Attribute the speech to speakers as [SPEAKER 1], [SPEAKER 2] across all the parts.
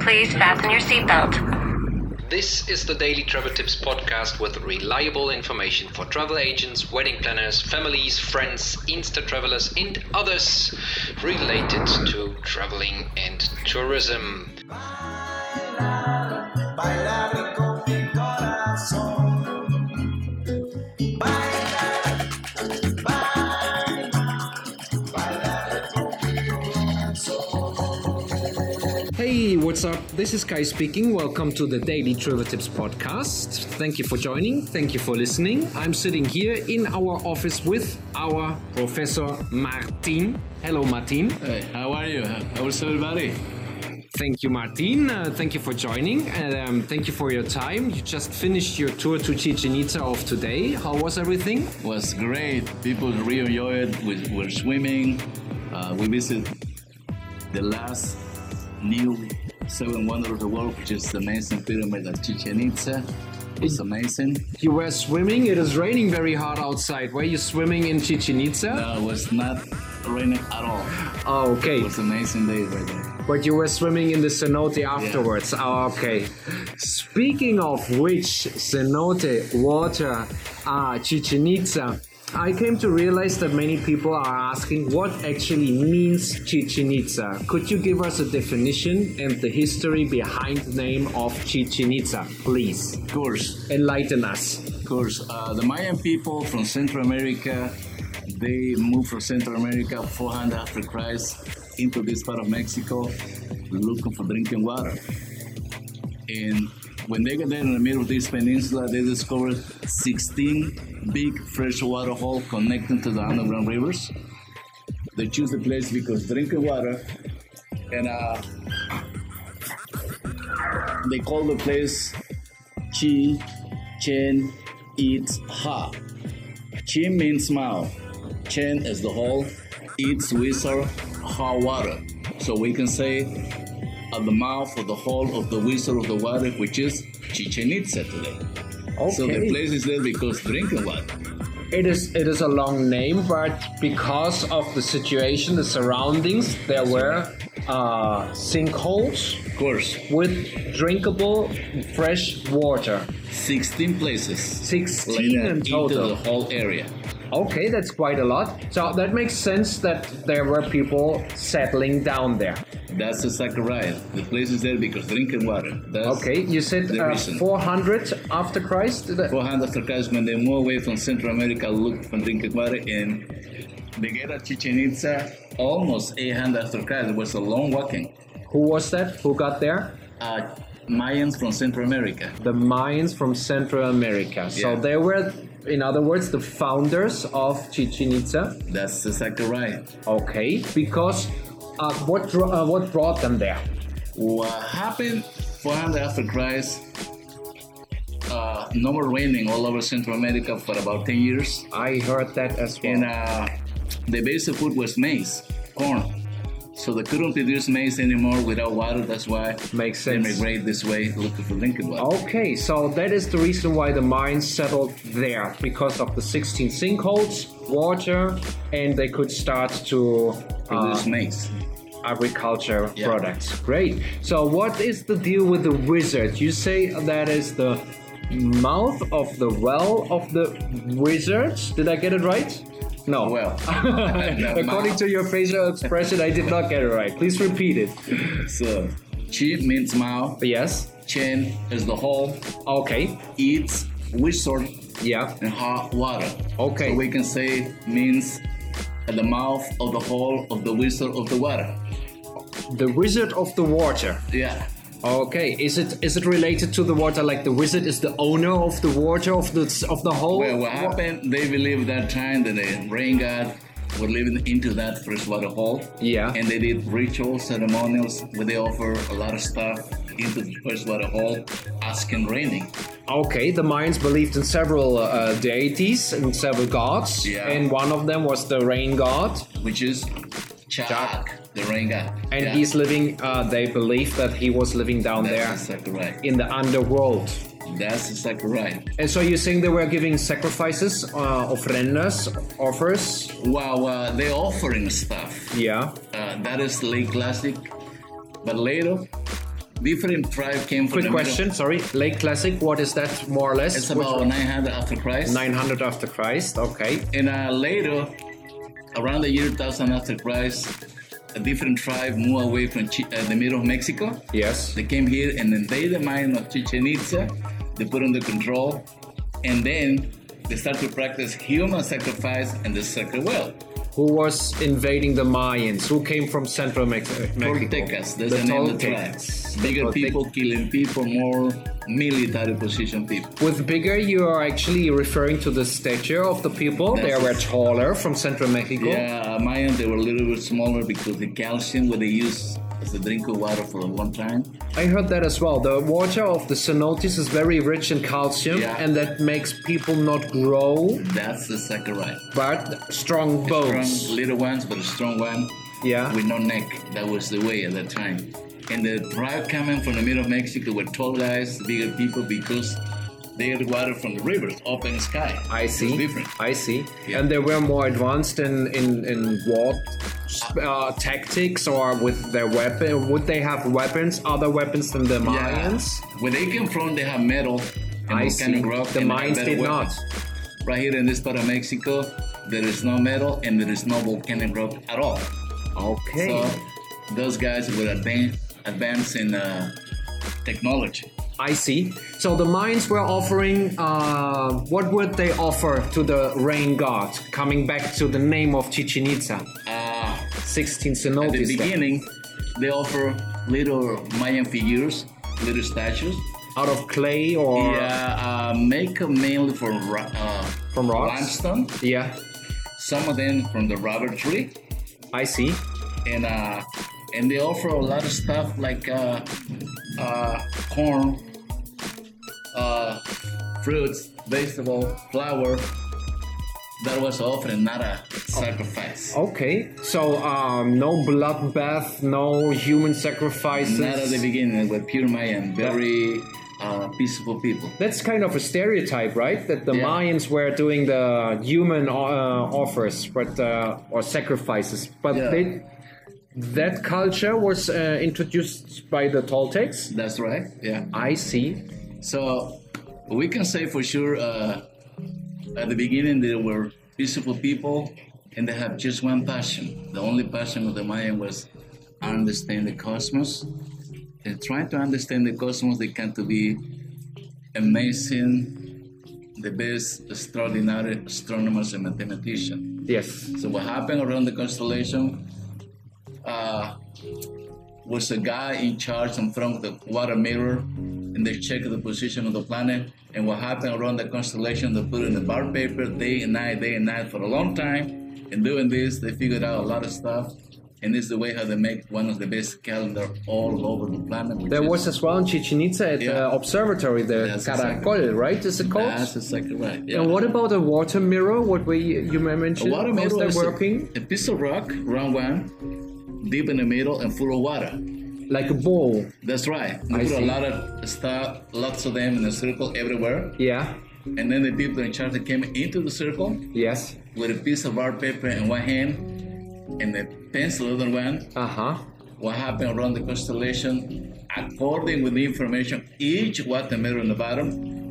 [SPEAKER 1] please fasten your seatbelt.
[SPEAKER 2] This is the Daily Travel Tips podcast with reliable information for travel agents, wedding planners, families, friends, Insta travelers, and others related to traveling and tourism.
[SPEAKER 3] Bailar con mi corazón.
[SPEAKER 2] Hey, what's up? This is Kai speaking. Welcome to the Daily Travel Tips podcast. Thank you for joining. Thank you for listening. I'm sitting here in our office with our professor Martin. Hello, Martin.
[SPEAKER 4] Hey, how are you? How's everybody?
[SPEAKER 2] Thank you, Martin. Uh, thank you for joining and um, thank you for your time. You just finished your tour to Chichen of today. How was everything?
[SPEAKER 4] Was great. People really enjoyed. We were swimming. Uh, we visited the last new seven wonders of the world, which is the amazing pyramid at Chichen Itza. It's amazing.
[SPEAKER 2] You were swimming. It is raining very hard outside. Were you swimming in Chichen Itza?
[SPEAKER 4] Uh, it was not raining at all.
[SPEAKER 2] Oh, okay.
[SPEAKER 4] It was amazing day right there.
[SPEAKER 2] But you were swimming in the cenote afterwards. Oh, okay. Speaking of which, cenote, water, uh, Chichen Itza, I came to realize that many people are asking what actually means Chichen Itza. Could you give us a definition and the history behind the name of Chichen Itza, please?
[SPEAKER 4] Of course.
[SPEAKER 2] Enlighten us.
[SPEAKER 4] Of course, uh, the Mayan people from Central America, they moved from Central America 400 after Christ into this part of Mexico looking for drinking water. And when they got there in the middle of this peninsula, they discovered 16 big freshwater holes connecting to the underground rivers. They choose the place because drinking water and uh, they call the place Chi Chen Eats Ha. Chi means mouth. Chen is the hole. Eats wizard Ha water. So we can say at the mouth of the hole of the wizard of the water, which is Chichen Itza today.
[SPEAKER 2] Okay.
[SPEAKER 4] So the place is there because drinking water.
[SPEAKER 2] It is it is a long name, but because of the situation, the surroundings, there were uh, sinkholes
[SPEAKER 4] Of course,
[SPEAKER 2] with drinkable fresh water.
[SPEAKER 4] 16 places.
[SPEAKER 2] 16
[SPEAKER 4] later
[SPEAKER 2] in
[SPEAKER 4] Into
[SPEAKER 2] total.
[SPEAKER 4] the whole area.
[SPEAKER 2] Okay, that's quite a lot. So that makes sense that there were people settling down there.
[SPEAKER 4] That's exactly right. The place is there because drinking water. That's
[SPEAKER 2] Okay, you said
[SPEAKER 4] the
[SPEAKER 2] uh,
[SPEAKER 4] reason.
[SPEAKER 2] 400 after Christ. Did I-
[SPEAKER 4] 400 after Christ, when they moved away from Central America, looked for drinking water, and they get at Chichen Itza almost 800 after Christ. It was a long walking.
[SPEAKER 2] Who was that? Who got there?
[SPEAKER 4] Uh, Mayans from Central America.
[SPEAKER 2] The Mayans from Central America. So
[SPEAKER 4] Yeah.
[SPEAKER 2] they were, in other words, the founders of Chichen Itza.
[SPEAKER 4] That's exactly right.
[SPEAKER 2] Okay, because uh, what dro- uh, what brought them there?
[SPEAKER 4] What happened 400 after Christ? Uh, no more raining all over Central America for about 10 years.
[SPEAKER 2] I heard that as well.
[SPEAKER 4] and uh, the basic food was maize, corn. So they couldn't produce maize anymore without water. That's why
[SPEAKER 2] Makes
[SPEAKER 4] they
[SPEAKER 2] sense. Oh,
[SPEAKER 4] migrate this way, looking for drinking water.
[SPEAKER 2] okay, so that is the reason why the Mayans settled there because of the 16 sinkholes, water, and they could start to uh,
[SPEAKER 4] Produce maize.
[SPEAKER 2] agriculture
[SPEAKER 4] Yeah.
[SPEAKER 2] products. Great. So, what is the deal with the wizard? You say that is the mouth of the well of the wizards. Did I get it right? No.
[SPEAKER 4] Well, the
[SPEAKER 2] According
[SPEAKER 4] mouth.
[SPEAKER 2] to your facial expression, I did not get it right. Please repeat it.
[SPEAKER 4] So chi means mouth,
[SPEAKER 2] Yes.
[SPEAKER 4] chen is the hole,
[SPEAKER 2] Okay.
[SPEAKER 4] eats wizard
[SPEAKER 2] Yeah.
[SPEAKER 4] and hot water.
[SPEAKER 2] Okay.
[SPEAKER 4] So we can say means at the mouth of the hole of the wizard of the water.
[SPEAKER 2] The wizard of the water.
[SPEAKER 4] Yeah.
[SPEAKER 2] Okay. Is it is it related to the water? Like the wizard is the owner of the water of the of the whole.
[SPEAKER 4] Well, what happened? They believed that time that the rain god were living into that freshwater hole.
[SPEAKER 2] Yeah.
[SPEAKER 4] And they did rituals, ceremonials, where they offer a lot of stuff into the freshwater hole, asking raining.
[SPEAKER 2] Okay, the Mayans believed in several uh, deities and several gods,
[SPEAKER 4] Yeah.
[SPEAKER 2] and one of them was the rain god.
[SPEAKER 4] which is Chak, the rain god.
[SPEAKER 2] And
[SPEAKER 4] Yeah.
[SPEAKER 2] he's living. Uh, they believe that he was living down
[SPEAKER 4] That's
[SPEAKER 2] there
[SPEAKER 4] exactly right.
[SPEAKER 2] in the underworld.
[SPEAKER 4] That's exactly right.
[SPEAKER 2] And so you're saying they were giving sacrifices, uh, ofrendas, offers.
[SPEAKER 4] Wow, uh, they offering stuff.
[SPEAKER 2] Yeah.
[SPEAKER 4] Uh, that is late classic. But later, different tribe came from.
[SPEAKER 2] Quick
[SPEAKER 4] the middle.
[SPEAKER 2] question, sorry. Late Classic, what is that more or less?
[SPEAKER 4] It's
[SPEAKER 2] Which
[SPEAKER 4] about
[SPEAKER 2] one?
[SPEAKER 4] 900 after Christ.
[SPEAKER 2] 900 after Christ, okay.
[SPEAKER 4] And uh, later, around the year 1000 after Christ, a different tribe moved away from Chi- uh, the middle of Mexico.
[SPEAKER 2] Yes.
[SPEAKER 4] They came here and invaded the mine of Chichen Itza. They put under control, and then they start to practice human sacrifice and the sacred well.
[SPEAKER 2] Who was invading the Mayans? Who came from Central Mex- Mexico?
[SPEAKER 4] Toltecas, that's the, name of the tribe.
[SPEAKER 2] Toltecas.
[SPEAKER 4] Bigger
[SPEAKER 2] Toltec-
[SPEAKER 4] people, killing people, more military position people.
[SPEAKER 2] With bigger, you are actually referring to the stature of the people. They
[SPEAKER 4] That's-
[SPEAKER 2] were taller from Central Mexico.
[SPEAKER 4] Yeah, Mayan, they were a little bit smaller because the calcium what they use as a drink of water for a long time.
[SPEAKER 2] I heard that as well. The water of the cenotes is very rich in calcium,
[SPEAKER 4] Yeah.
[SPEAKER 2] and that makes people not grow,
[SPEAKER 4] That's the saccharide.
[SPEAKER 2] but strong bones.
[SPEAKER 4] Strong little ones, but a strong one.
[SPEAKER 2] Yeah.
[SPEAKER 4] With no neck. That was the way at that time. And the tribe coming from the middle of Mexico were tall guys, bigger people, because they had water from the rivers, open sky.
[SPEAKER 2] I
[SPEAKER 4] It was
[SPEAKER 2] see.
[SPEAKER 4] different.
[SPEAKER 2] I see.
[SPEAKER 4] Yeah.
[SPEAKER 2] And they were more advanced in in in war uh, tactics or with their weapon. Would they have weapons, other weapons than the
[SPEAKER 4] Yeah.
[SPEAKER 2] Mayans?
[SPEAKER 4] Where they came from, they have metal and
[SPEAKER 2] I see.
[SPEAKER 4] volcanic rock.
[SPEAKER 2] The
[SPEAKER 4] and they have
[SPEAKER 2] Mayans
[SPEAKER 4] better
[SPEAKER 2] did
[SPEAKER 4] weapons. Right here in this part of Mexico, there is no metal and there is no volcanic rock at all.
[SPEAKER 2] not. Okay.
[SPEAKER 4] So those guys were advan- advanced in uh, technology.
[SPEAKER 2] I see. So the Mayans were offering. Uh, what would they offer to the rain god? Coming back to the name of Chichen Itza,
[SPEAKER 4] Uh,
[SPEAKER 2] 16
[SPEAKER 4] at the
[SPEAKER 2] cenotes. then.
[SPEAKER 4] beginning, they offer little Mayan figures, little statues.
[SPEAKER 2] Out of clay or
[SPEAKER 4] Yeah, uh, make mainly from ro- uh,
[SPEAKER 2] From rocks?
[SPEAKER 4] limestone.
[SPEAKER 2] yeah.
[SPEAKER 4] Some of them from the rubber tree,
[SPEAKER 2] I see.
[SPEAKER 4] and uh, and they offer a lot of stuff like uh, uh, corn, uh, fruits, vegetable, flour. That was often not a sacrifice.
[SPEAKER 2] Oh. Okay, so um, no bloodbath, no human sacrifices.
[SPEAKER 4] Not at the beginning, they were pure Mayan, very uh, peaceful people.
[SPEAKER 2] That's kind of a stereotype, right? That the
[SPEAKER 4] Yeah.
[SPEAKER 2] Mayans were doing the human uh, offers, but uh, or sacrifices, but
[SPEAKER 4] Yeah.
[SPEAKER 2] they, that culture was uh, introduced by the Toltecs.
[SPEAKER 4] That's right. Yeah.
[SPEAKER 2] I see.
[SPEAKER 4] So we can say for sure uh, at the beginning they were peaceful people and they have just one passion. The only passion of the Mayan was understand the cosmos. And trying to understand the cosmos, they can to be amazing, the best extraordinary astronomers and mathematicians.
[SPEAKER 2] Yes.
[SPEAKER 4] So what happened around the constellation uh, was a guy in charge in front of the water mirror, and they checked the position of the planet. And what happened around the constellation, they put in the bar paper day and night, day and night for a long time. And doing this, they figured out a lot of stuff. And this is the way how they make one of the best calendar all over the planet. which
[SPEAKER 2] There
[SPEAKER 4] is-
[SPEAKER 2] was as well in Chichen Itza at the
[SPEAKER 4] Yeah.
[SPEAKER 2] observatory, the
[SPEAKER 4] That's
[SPEAKER 2] Caracol,
[SPEAKER 4] exactly-
[SPEAKER 2] right? Is it called?
[SPEAKER 4] That's exactly right. Yeah.
[SPEAKER 2] And what about a water mirror? What we you mentioned?
[SPEAKER 4] water
[SPEAKER 2] How's
[SPEAKER 4] mirror
[SPEAKER 2] that
[SPEAKER 4] is a-
[SPEAKER 2] working?
[SPEAKER 4] A, piece of rock, round one, deep in the middle, and full of water.
[SPEAKER 2] Like a ball.
[SPEAKER 4] That's right.
[SPEAKER 2] I
[SPEAKER 4] They put
[SPEAKER 2] see.
[SPEAKER 4] a lot of stuff, lots of them in a circle everywhere.
[SPEAKER 2] Yeah.
[SPEAKER 4] And then the people in charge that came into the circle
[SPEAKER 2] Yes.
[SPEAKER 4] with a piece of art paper in one hand and a pencil in the other one.
[SPEAKER 2] Uh huh.
[SPEAKER 4] What happened around the constellation, according with the information, each water mirror in the bottom,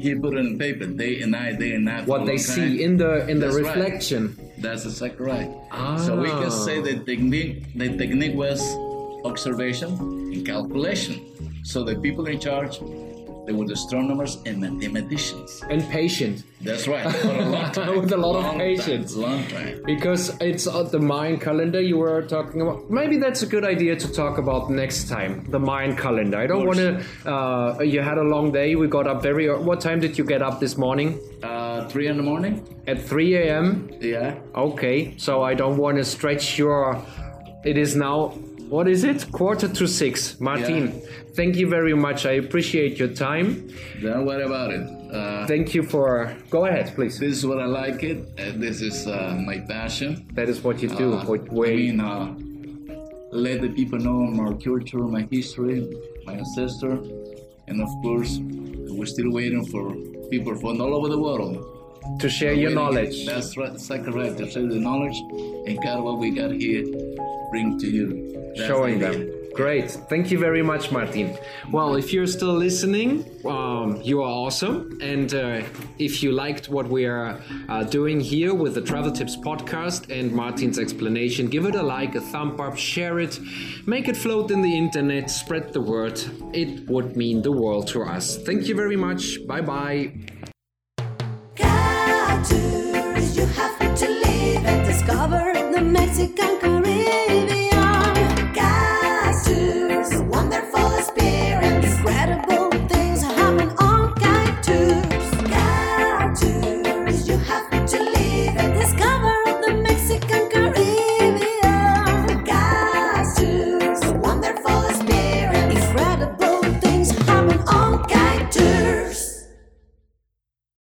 [SPEAKER 4] he put it on paper day and night, day and night. for
[SPEAKER 2] What
[SPEAKER 4] a
[SPEAKER 2] they
[SPEAKER 4] long time.
[SPEAKER 2] see in the in the
[SPEAKER 4] That's right.
[SPEAKER 2] reflection.
[SPEAKER 4] That's exactly right. So we
[SPEAKER 2] Ah.
[SPEAKER 4] can say the technique, the technique was observation and calculation. So the people in charge, they were the astronomers and mathematicians.
[SPEAKER 2] And patient,
[SPEAKER 4] That's right. For a long time.
[SPEAKER 2] With a lot of
[SPEAKER 4] Long time,
[SPEAKER 2] patience.
[SPEAKER 4] long time.
[SPEAKER 2] because it's uh, the Mayan calendar you were talking about. Maybe that's a good idea to talk about next time. The Mayan calendar. I don't want
[SPEAKER 4] course.
[SPEAKER 2] to. Uh, you had a long day. We got up very. ear- What time did you get up this morning?
[SPEAKER 4] Uh, three in the morning.
[SPEAKER 2] At 3 a.m.
[SPEAKER 4] Yeah.
[SPEAKER 2] Okay, so I don't want to stretch your. It is now. What is it? Quarter to six. Martin,
[SPEAKER 4] Yeah.
[SPEAKER 2] thank you very much. I appreciate your time.
[SPEAKER 4] Then what about it? Uh,
[SPEAKER 2] Thank you for. Go ahead, please.
[SPEAKER 4] this is what I like it. Uh, this is uh, my passion.
[SPEAKER 2] That is what you do.
[SPEAKER 4] Uh,
[SPEAKER 2] what way?
[SPEAKER 4] I mean, uh, let the people know my culture, my history, my ancestor, and of course, we're still waiting for people from all over the world.
[SPEAKER 2] to share
[SPEAKER 4] We're
[SPEAKER 2] your
[SPEAKER 4] waiting-
[SPEAKER 2] knowledge.
[SPEAKER 4] That's right, exactly right. To share the knowledge and got what we got here, bring to you. That's
[SPEAKER 2] Showing
[SPEAKER 4] the idea.
[SPEAKER 2] them. Great. Thank you very much, Martin. Well, if you're still listening, um, you are awesome. And uh, if you liked what we are uh, doing here with the Travel Tips podcast and Martin's explanation, give it a like, a thumb up, share it, make it float in the internet, spread the word. It would mean the world to us. Thank you very much. Bye bye.
[SPEAKER 5] Cultures you have to live and discover the Mexican